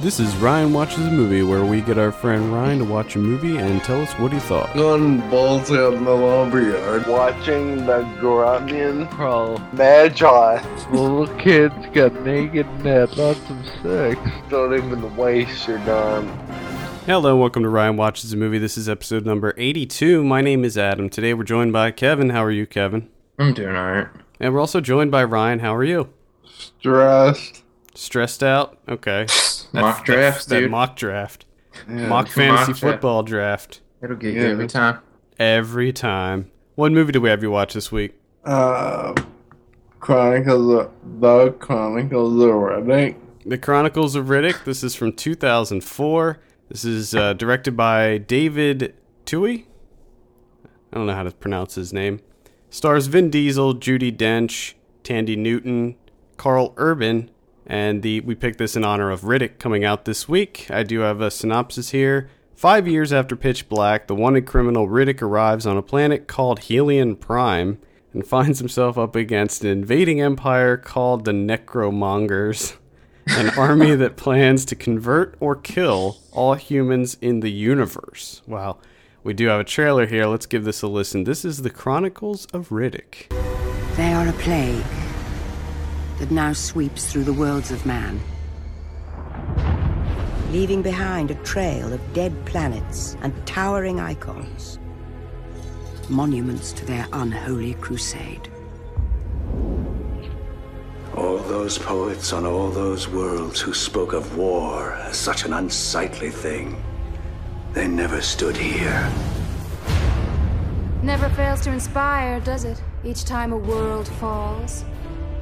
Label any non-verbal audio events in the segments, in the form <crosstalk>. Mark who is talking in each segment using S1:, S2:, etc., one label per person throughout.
S1: This is Ryan Watches a Movie, where we get our friend Ryan to watch a movie and tell us what he thought.
S2: Gun balls out in the lumber yard.
S3: watching the Grunion
S4: Bro,
S3: Magi.
S4: little kids got naked and had lots of sex.
S3: Don't even waste your time.
S1: Hello, and welcome to Ryan Watches a Movie. This is episode number 82. My name is Adam. Today we're joined by Kevin. How are you, Kevin?
S5: I'm doing alright.
S1: And we're also joined by Ryan. How are you?
S2: Stressed.
S1: Stressed out? Okay.
S5: Mock drafts,
S1: that
S5: dude.
S1: mock draft. mock fantasy
S5: draft.
S1: football draft.
S5: It'll get
S2: Yeah.
S5: you every time. <laughs>
S1: Every time. What movie do we have you watch this week?
S2: Uh, Chronicles of the Chronicles of Riddick.
S1: The Chronicles of Riddick. This is from 2004. This is uh, directed by David Tui. I don't know how to pronounce his name. Stars Vin Diesel, Judy Dench, Tandy Newton, Carl Urban, and the we picked this in honor of Riddick coming out this week. I do have a synopsis here. Five years after Pitch Black, the wanted criminal Riddick arrives on a planet called Helion Prime and <laughs> finds himself up against an invading empire called the Necromongers an army that plans to convert or kill all humans in the universe. Wow. We do have a trailer here. Let's give this a listen. This is The Chronicles of Riddick.
S6: They are a plague that now sweeps through the worlds of man, leaving behind a trail of dead planets and towering icons, monuments to their unholy crusade.
S7: All those poets on all those worlds who spoke of war as such an unsightly thing, they never stood here.
S8: Never fails to inspire, does it? Each time a world falls.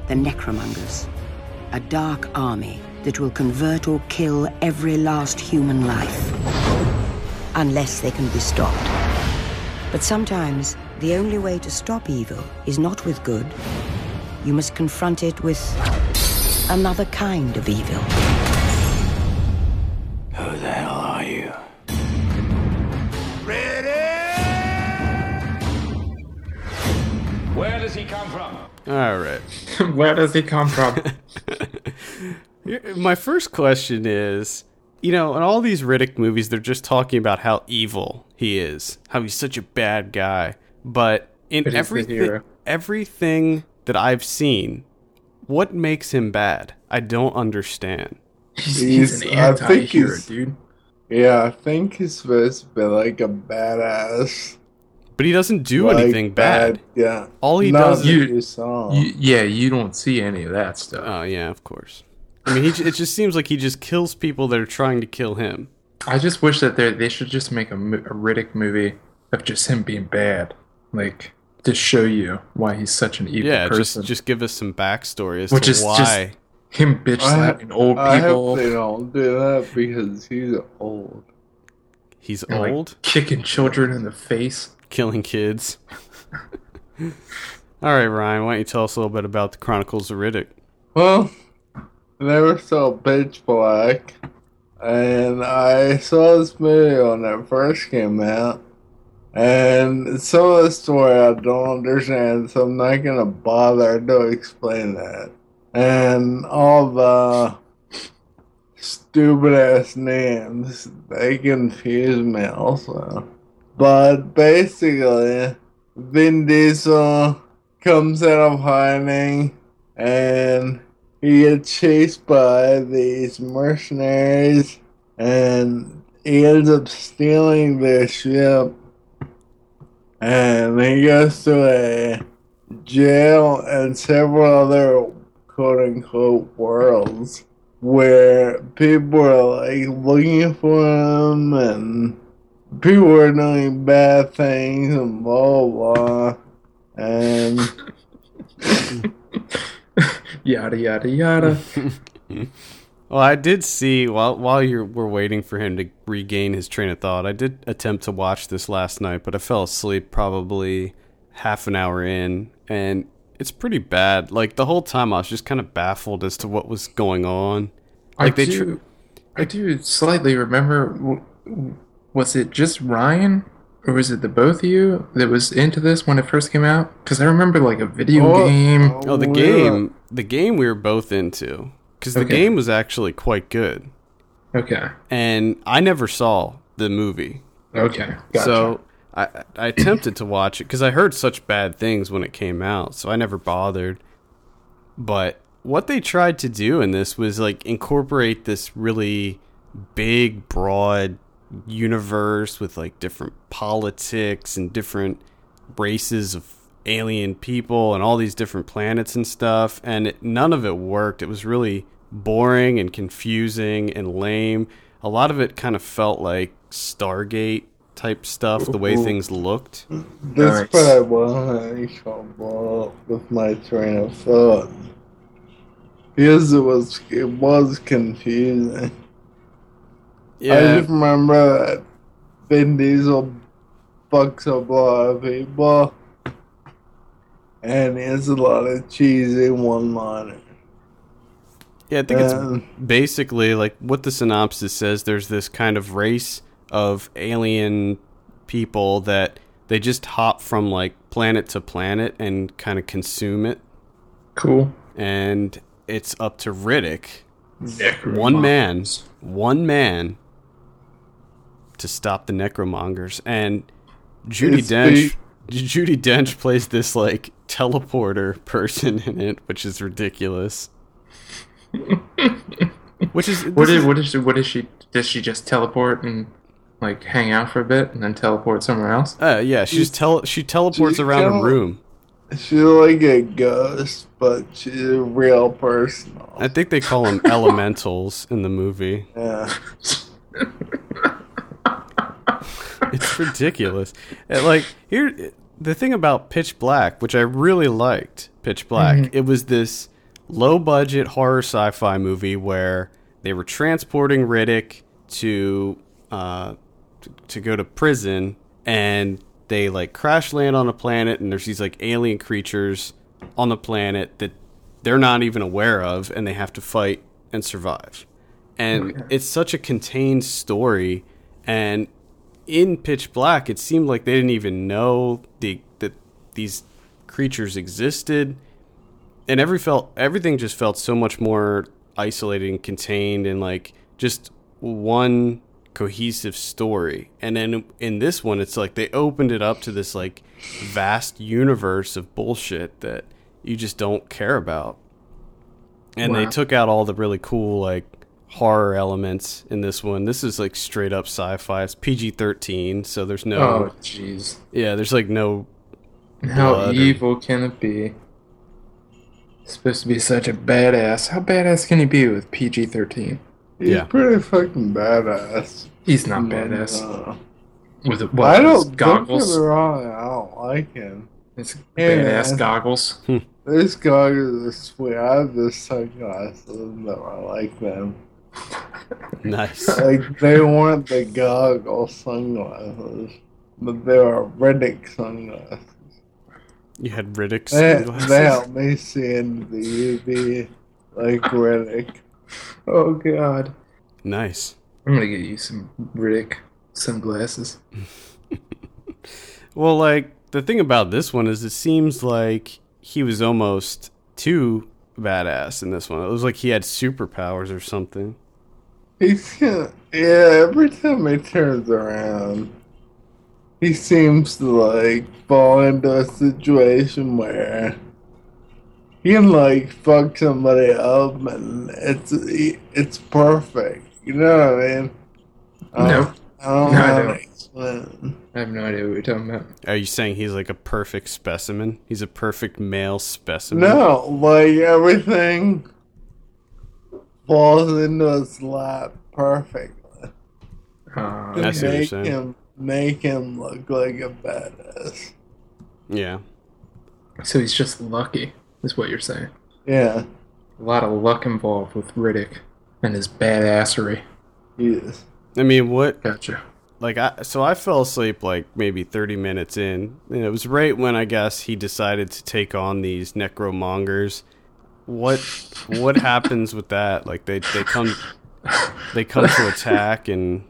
S6: The Necromongers, a dark army that will convert or kill every last human life, unless they can be stopped. But sometimes, the only way to stop evil is not with good. You must confront it with another kind of evil.
S7: Who the hell are you?
S1: All right.
S5: Where does he come from?
S1: Here- My first question is you know, in all these Riddick movies, they're just talking about how evil he is, how he's such a bad guy. But in
S5: But he's the
S1: everything,
S5: hero.
S1: everything that I've seen, what makes him bad? I don't understand.
S5: <laughs> he's,
S2: He's-
S5: he's an
S2: I think
S5: anti hero,
S2: he's-
S5: dude.
S2: Yeah, I think he's supposed to be like a badass.
S1: But he doesn't do
S2: like,
S1: anything bad.
S2: Yeah.
S1: All he
S2: Not
S1: does
S2: that
S1: is
S5: You-
S2: you saw.
S5: You, yeah, you don't see any of that stuff.
S1: Oh yeah, of course. I mean, he, j- it just seems like he just kills people that are trying to kill him.
S5: I just wish that they they should just make a, mo- a Riddick movie of just him being bad, like to show you why he's such an evil
S1: Yeah,
S5: person.
S1: just just give us some backstory as
S5: Which
S1: to
S5: is just-
S1: why.
S5: him bitch
S2: I-
S5: slapping old
S2: I
S5: people,
S2: hope they don't do that because he's old.
S1: He's
S5: and, like,
S1: old,
S5: kicking children in the face.
S1: killing kids. <laughs> All right, Ryan, why don't you tell us a little bit about the Chronicles of Riddick?
S2: Well, I never saw Pitch Black, and I saw this movie when it first came out, and some of the story I don't understand, so I'm not gonna bother to explain that. And all the stupid ass names, they confuse me also. But basically, Vin Diesel comes out of hiding and he gets chased by these mercenaries and he ends up stealing their ship and he goes to a jail and several other quote unquote worlds where people are like looking for him and people are doing bad things and blah blah and
S5: Yada yada yada.
S1: Well, I did see while while you were waiting for him to regain his train of thought, I did attempt to watch this last night, but I fell asleep probably half an hour in, and it's pretty bad. Like the whole time, I was just kind of baffled as to what was going on. Like,
S5: I
S1: they tr-
S5: do, I do slightly remember. w- w- Was it just Ryan, or was it the both of you that was into this when it first came out? Because I remember like a video
S2: Oh,
S5: game.
S1: Oh, the
S2: we're-
S1: game, the game we were both into, because the
S5: Okay.
S1: game was actually quite good.
S5: Okay.
S1: and I never saw the movie.
S5: Okay. Gotcha.
S1: So I, I attempted to watch it because I heard such bad things when it came out, so I never bothered. But what they tried to do in this was like incorporate this really big, broad universe with like different politics and different races of alien people and all these different planets and stuff. And it, none of it worked. It was really boring and confusing and lame. A lot of it kind of felt like Stargate type stuff, the way things looked.
S2: This
S5: Nice.
S2: probably why I shall blow up with my train of thought. Because it was it was confusing. I just remember that Vin Diesel fucks up a lot of people, and he has a lot of cheesy one-liners.
S1: Yeah, I think
S2: Um,
S1: it's basically like what the synopsis says. There's this kind of race of alien people that they just hop from like planet to planet and kind of consume it.
S5: cool.
S1: And it's up to Riddick, one
S5: Necromon-
S1: man, one man, to stop the necromongers. And Judy
S2: It's
S1: Dench, <laughs> Judy Dench plays this like teleporter <laughs> person in it, which is ridiculous. Which is
S5: What
S1: this
S5: did what is she, what is she? Does she just teleport and like hang out for a bit and then teleport somewhere else?
S1: Uh, yeah, she's tele- she teleports
S2: she
S1: around
S2: tele-
S1: a room.
S2: She's like a ghost, but she's a real person.
S1: I think they call them elementals in the movie.
S2: Yeah.
S1: <laughs> It's ridiculous. And, like here, the thing about Pitch Black, which I really liked, Pitch Black, it was this low budget horror sci-fi movie where they were transporting Riddick to uh, t- to go to prison, and they like crash land on a planet, and there's these like alien creatures on the planet that they're not even aware of, and they have to fight and survive. And it's such a contained story, and in Pitch Black, it seemed like they didn't even know the that these creatures existed, and every felt everything just felt so much more isolated and contained, and like just one cohesive story. And then in this one, it's like they opened it up to this like vast universe of bullshit that you just don't care about. And they took out all the really cool like horror elements in this one. This is like straight up sci-fi. It's PG-13, so there's no
S5: Oh, jeez.
S1: yeah, there's like
S2: <laughs>
S1: no
S5: How
S1: Blood or-
S5: evil can it be? It's supposed to be such a badass. How badass can he be with PG thirteen?
S2: He's
S1: Yeah.
S2: pretty fucking badass. Uh,
S5: He's not
S2: I
S5: badass.
S2: don't know.
S5: With what,
S2: I
S5: his
S2: don't, don't get
S5: goggles.
S2: me wrong, I don't like him.
S5: His
S2: Yeah.
S5: badass goggles.
S2: These goggles are sweet. I have the sunglasses though. I like them.
S1: nice.
S2: Like they weren't the goggle sunglasses, but they were Riddick sunglasses.
S1: You had Riddick's
S2: They,
S1: sunglasses.
S2: they helped me see into the UV like Riddick.
S5: Oh god.
S1: Nice.
S5: I'm gonna get you some Riddick sunglasses.
S1: Well, like the thing about this one is it seems like he was almost too badass in this one. It was like he had superpowers or something.
S2: He's gonna, yeah. Every time he turns around, he seems to like fall into a situation where he can like fuck somebody up, and it's it's perfect. You know what I mean? I
S5: No.
S2: don't- I don't
S5: No,
S2: know
S5: I
S2: how
S5: don't.
S2: to explain.
S5: I have no idea what you're talking about.
S1: Are you saying he's like a perfect specimen? He's a perfect male specimen.
S2: No, like everything falls into his lap perfectly.
S5: Uh,
S1: I see what you're
S2: Make
S1: saying.
S2: him make him look like a badass.
S1: Yeah.
S5: so he's just lucky, is what you're saying.
S2: Yeah,
S5: A lot of luck involved with Riddick and his badassery.
S2: he is.
S1: I mean, what
S5: Gotcha.
S1: like I so I fell asleep like maybe 30 minutes in and it was right when I guess he decided to take on these necromongers what what happens with that like they they come they come to attack and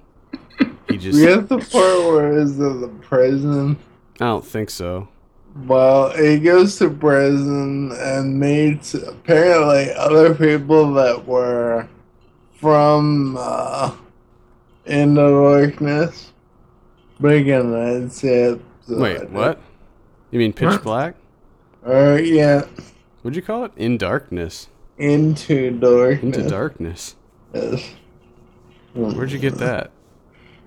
S1: he just
S2: We have the part where is in the prison.
S1: I don't think so
S2: Well, he goes to prison and meets apparently other people that were from uh, In the Darkness. Begin that's it.
S1: Wait, what? You mean pitch
S5: What?
S1: black?
S2: Or yeah,
S1: What'd you call it? In darkness.
S2: Into Darkness.
S1: Into darkness.
S2: Yes.
S1: Where'd you get that?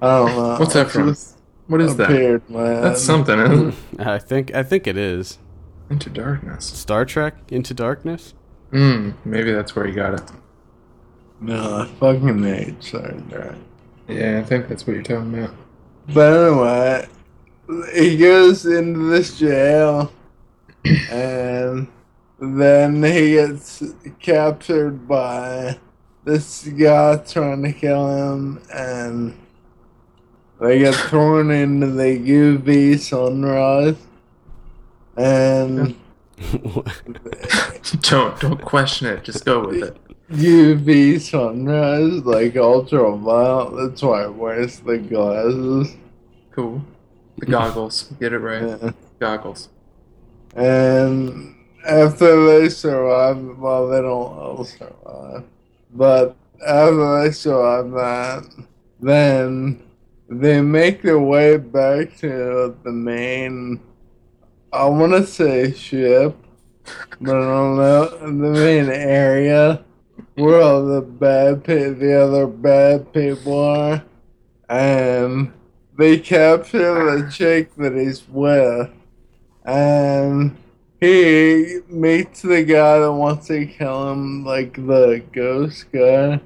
S2: I don't know.
S5: What's that from?
S2: Just
S5: What is that?
S2: appeared, man.
S5: That's something, isn't
S2: <laughs>
S5: it?
S1: I think I think it is
S5: Into darkness.
S1: Star Trek Into Darkness. <laughs>
S5: Hmm. Maybe that's where you got it.
S2: No, I fucking hate Star Trek.
S5: Yeah, I think that's what you're talking about. <laughs>
S2: But anyway, he goes into this jail, and then he gets captured by this guy trying to kill him, and they get thrown into the UV sunrise, and
S5: don't don't question it. Just go with it.
S2: UV sunrise like ultraviolet. That's why I wears the glasses.
S5: Cool. The goggles. Get it right.
S2: Yeah.
S5: Goggles.
S2: And after they survive, well, they don't all survive. But after they survive that, then they make their way back to the main, I want to say ship, but I don't know, the main area where all the bad people, the other bad people are. And they capture the chick that he's with and Um, he meets the guy that wants to kill him, like the ghost guy,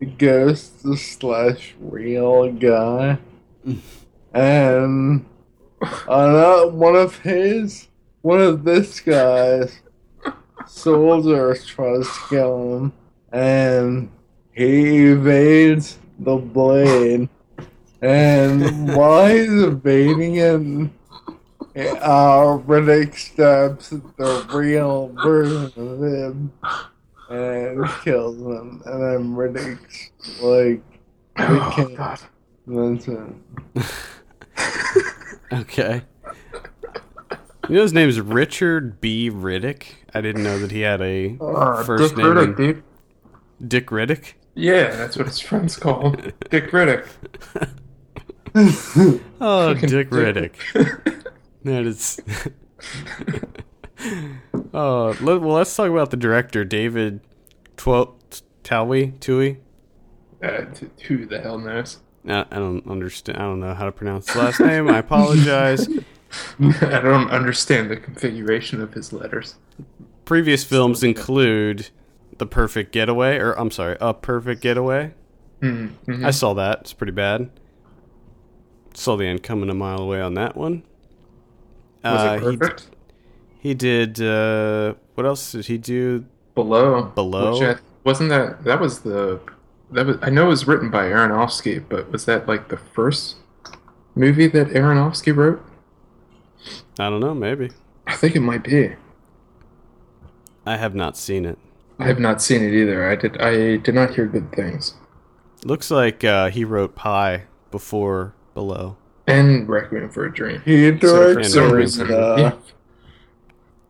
S2: the ghost slash real guy, and another one of his, one of this guy's soldiers tries to kill him, and he evades the blade. And while he's evading it, uh, Riddick stabs the real version of him and kills him. And then Riddick's like, we
S1: Oh,
S2: can't mention.
S1: Okay. You know his name is Richard B. Riddick. I didn't know that he had a first name.
S5: Uh, Riddick,
S1: in-
S5: dude.
S1: Dick Riddick.
S5: Yeah, that's what his
S1: <laughs>
S5: friend's called. Dick Riddick. <laughs>
S1: Oh,
S5: Fucking
S1: Dick
S5: Dick.
S1: Riddick. That is. <laughs> uh, let, well, let's talk about the director, David Twel- Towie. Tui.
S5: Uh, t- who the hell knows? <laughs>
S1: I, I don't understand. I don't know how to pronounce his last name. I
S5: <laughs>
S1: apologize.
S5: I don't understand the configuration of his letters.
S1: Previous films include The Perfect Getaway, or I'm sorry, A Perfect Getaway.
S5: Mm-hmm.
S1: I saw that. It's pretty bad. Saw the end coming a mile away on that one.
S5: Was
S1: Uh,
S5: it
S1: he,
S5: perfect?
S1: he did. Uh, what else did he do?
S5: Below.
S1: Below?
S5: Which I, wasn't that that was the that was I know it was written by Aronofsky, but was that like the first movie that Aronofsky wrote?
S1: I don't know. Maybe.
S5: I think it might be.
S1: I have not seen it.
S5: I have not seen it either. I did I did not hear good things.
S1: Looks like uh, he wrote Pie before Below.
S5: And Requiem for a Dream.
S2: He
S5: So for
S2: directed,
S5: some
S1: Requiem
S5: reason,
S2: for a Dream.
S5: yeah.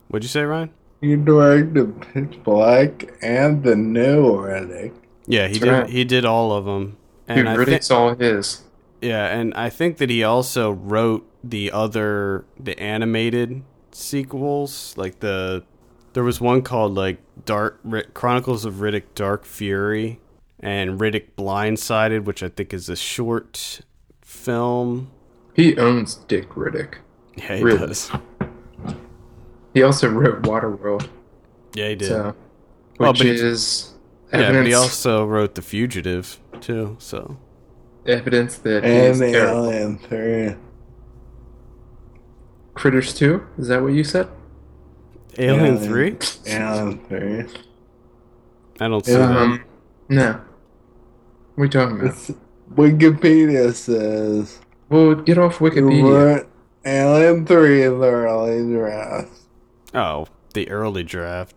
S1: What'd you say, Ryan?
S2: he directed Pitch Black and the new Riddick.
S1: Yeah, he
S5: That's
S1: did.
S5: right.
S1: He did all of them. And
S5: dude,
S1: I thi-
S5: Riddick's all his.
S1: yeah, and I think that he also wrote the other the animated sequels, like the there was one called like Dark Ri- Chronicles of Riddick: Dark Fury and Riddick Blindsided, which I think is a short film.
S5: He owns Dick Riddick.
S1: Yeah, he
S5: Really?
S1: does.
S5: He also wrote Waterworld.
S1: Yeah, he did.
S5: So, which
S1: Well, but he-
S5: is
S1: yeah,
S5: evidence,
S1: but he also wrote The Fugitive too. So
S5: evidence that he
S2: And uh,
S5: is
S2: the
S5: terrible.
S2: Alien 3.
S5: Critters 2? Is that what you said?
S1: Alien
S2: Yeah.
S1: Three.
S2: Alien 3.
S1: I don't see
S2: Yeah.
S1: that.
S5: Um, no. What are you talking about?
S2: It's, Wikipedia says,
S5: Well, get off Wikipedia.
S2: "Wrote Alien 3 the early draft.
S1: Oh, the early draft.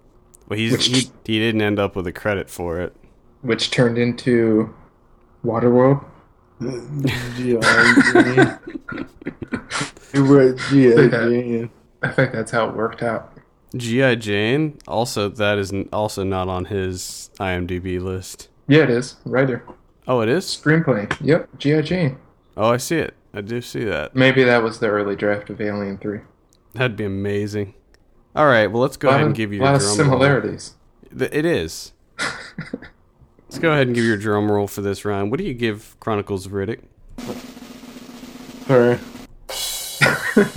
S1: Well, he's
S5: Which-
S1: he, he didn't end up with a credit for it.
S5: Which turned into Waterworld.
S2: GRG. you wrote GRG.
S5: I think that's how it worked out.
S1: GI Jane. Also, that is n- also not on his IMDb list.
S5: Yeah, it is. Writer.
S1: Oh, it is.
S5: Screenplay. Yep, G.I. Jane.
S1: Oh, I see it. I do see that.
S5: Maybe that was the early draft of Alien 3.
S1: That'd be amazing. All right. Well, let's go
S5: A lot
S1: ahead and
S5: of-
S1: give you
S5: a lot
S1: your
S5: of
S1: drum
S5: similarities. <laughs>
S1: roll. Th- It is. let's go ahead and give your drum roll for this round. What do you give Chronicles of Riddick?
S2: Three.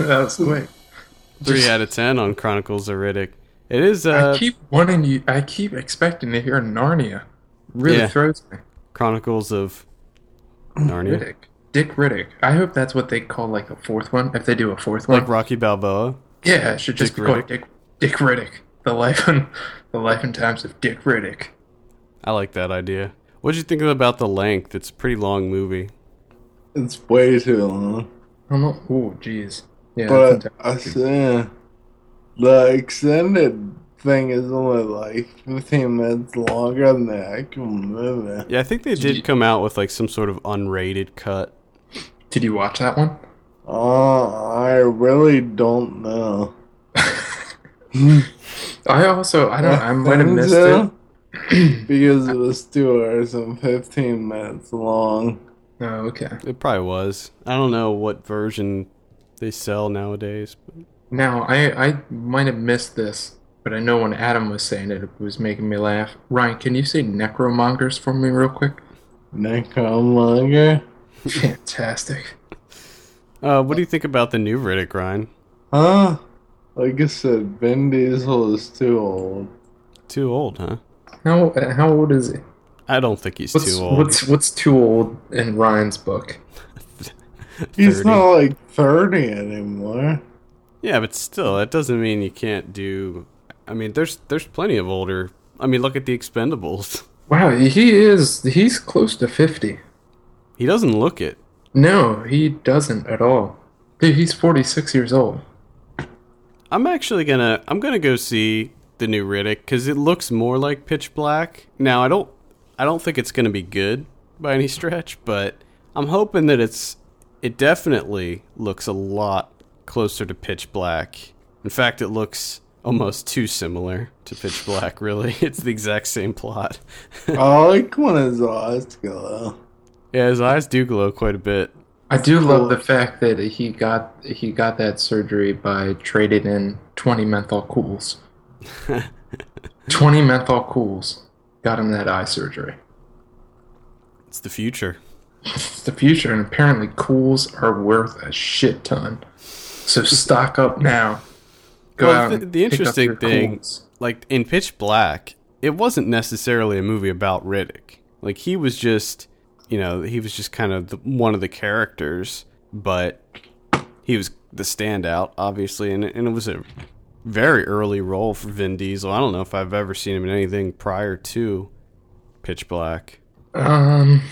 S5: that was quick.
S1: Three out of ten on Chronicles of Riddick. It is uh,
S5: I keep wanting you. I keep expecting to hear Narnia. Really
S1: Yeah.
S5: throws me.
S1: Chronicles of Narnia,
S5: Riddick. Dick Riddick. I hope that's what they call like a fourth one. If they do a fourth
S1: like
S5: one,
S1: Rocky Balboa.
S5: yeah, it should just
S1: Dick
S5: be called
S1: Riddick.
S5: Dick Dick Riddick. The life and the life and times of Dick Riddick.
S1: I like that idea. What'd you think about the length? It's a pretty long movie.
S2: It's way too long.
S5: I'm not. Oh, jeez. Yeah. that's
S2: But
S5: intense.
S2: I see the extended thing is only like 15 minutes longer than the actual movie.
S1: Yeah, I think they did come out with like some sort of unrated cut.
S5: Did you watch that one?
S2: Oh, I really don't know. <laughs>
S5: I also. I don't. I might have missed
S2: Yeah.
S5: it.
S2: because it was two hours and 15 minutes long.
S5: Oh, okay.
S1: It probably was. I don't know what version they sell nowadays.
S5: Now, I, I might have missed this, but I know when Adam was saying it, it was making me laugh. Ryan, can you say necromongers for me real quick?
S2: Necromonger?
S5: Fantastic.
S1: Uh, what do you think about the new Riddick, Ryan?
S2: Huh? Like I said, Ben Diesel is too old.
S1: Too old, huh?
S5: How how old is he?
S1: I don't think he's
S5: What's
S1: too old.
S5: what's what's too old in Ryan's book?
S2: He's
S1: 30.
S2: not like 30 anymore.
S1: Yeah, but still, that doesn't mean you can't do. I mean, there's there's plenty of older. I mean, look at the Expendables. <laughs>
S5: Wow, he is he's close to fifty.
S1: He doesn't look it.
S5: No, he doesn't at all. Dude, he's forty six years old.
S1: I'm actually gonna I'm gonna go see the new Riddick because it looks more like Pitch Black. Now I don't I don't think it's gonna be good by any <laughs> stretch, but I'm hoping that it's it definitely looks a lot closer to Pitch Black. In fact, it looks almost too similar to Pitch Black. Really, <laughs> it's the exact same plot.
S2: I like when his eyes go
S1: yeah, his eyes do glow quite a bit.
S5: I do love the fact that he got he got that surgery by trading in twenty menthol cools. twenty menthol cools got him that eye surgery.
S1: It's the future.
S5: It's the future, and apparently cools are worth a shit ton. So stock up now. Go
S1: Well,
S5: out.
S1: the-
S5: and
S1: the
S5: pick up
S1: interesting
S5: your
S1: thing-
S5: Kohl's.
S1: like in Pitch Black, it wasn't necessarily a movie about Riddick. Like he was just, you know, he was just kind of the, one of the characters, but he was the standout, obviously, and it- and it was a very early role for Vin Diesel. I don't know if I've ever seen him in anything prior to Pitch Black.
S5: Um,
S1: Has he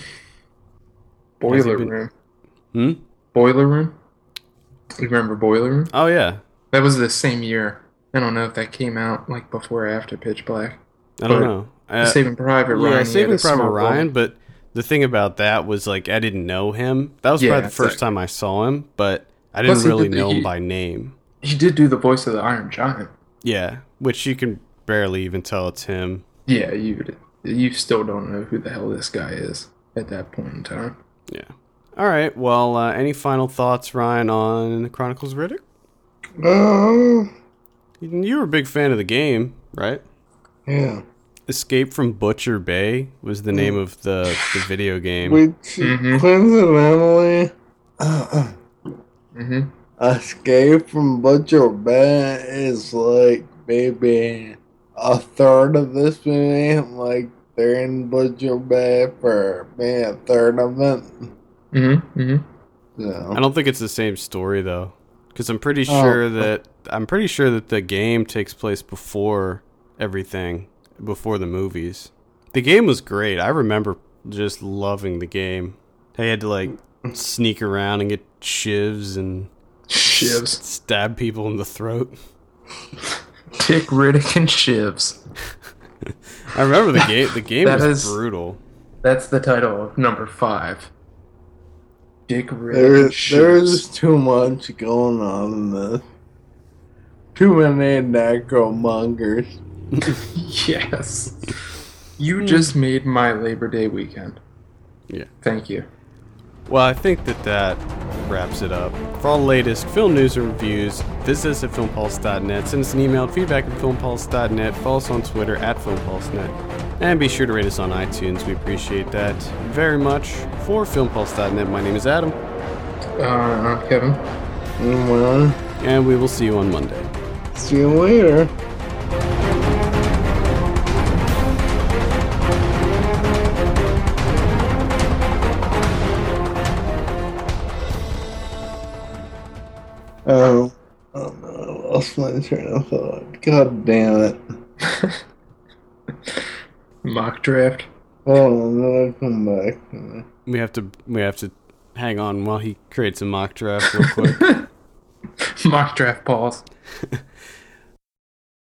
S5: boiler
S1: been-
S5: room.
S1: Hmm.
S5: Boiler room. You remember boiler room?
S1: Oh yeah,
S5: That was the same year. I don't know if that came out like before or after Pitch Black.
S1: I don't
S5: Or
S1: know. Uh,
S5: Saving Private
S1: yeah,
S5: Ryan. he had
S1: Saving
S5: a
S1: Private
S5: small role.
S1: Ryan, but the thing about that was like I didn't know him. That was
S5: Yeah,
S1: probably the first
S5: exactly.
S1: time I saw him, but I didn't
S5: Plus, he
S1: really
S5: did the-
S1: know him
S5: he-
S1: by name.
S5: He did do the voice of the Iron Giant.
S1: Yeah, which you can barely even tell it's him.
S5: Yeah, you you still don't know who the hell this guy is at that point in time.
S1: Yeah. All right. Well, uh, any final thoughts, Ryan, on the Chronicles of Riddick?
S2: Oh,
S1: You you were a big fan of the game, right?
S2: yeah.
S1: Escape from Butcher Bay was the
S5: Mm.
S1: name of the, the video game.
S2: Which
S5: Mhm.
S2: coincidentally uh,
S5: Mm-hmm.
S2: Escape from Butcher Bay is like maybe a third of this movie. Like they're in Butcher Bay for maybe a third of it.
S5: Mm-hmm.
S1: I
S5: Mm-hmm.
S2: So
S1: don't think it's the same story though, because I'm pretty
S5: Oh,
S1: sure that I'm pretty sure that the game takes place before everything, before the movies. The game was great. I remember just loving the game. I had to like sneak around and get shivs and
S5: Shivs.
S1: stab people in the throat.
S5: Dick Riddick and Shivs.
S1: I remember the game.
S5: <laughs>
S1: The game
S5: That
S1: was
S5: is-
S1: brutal.
S5: That's the title of number five. Dick Riddick
S2: there
S5: and
S2: is there is
S5: Shivs.
S2: too much going on in this. Too many necromongers.
S5: <laughs> Yes. You
S2: Hmm.
S5: just made my Labor Day weekend.
S1: Yeah.
S5: Thank you.
S1: Well, I think that that wraps it up. For all the latest film news and reviews, visit us at filmpulse.net. Send us an email at feedback at filmpulse.net. Follow us on Twitter at filmpulse.net. And be sure to rate us on iTunes. We appreciate that very much. For filmpulse.net, my name is Adam,
S5: Uh, I'm Kevin.
S2: Well,
S1: and we will see you on Monday.
S2: see you later. Oh, oh no, I lost my train of thought. God damn it.
S5: Mock draft. <laughs>
S2: Hold on, then I'll Oh, come back.
S1: We have to we have to hang on while he creates a mock draft real quick.
S5: Mock draft pause.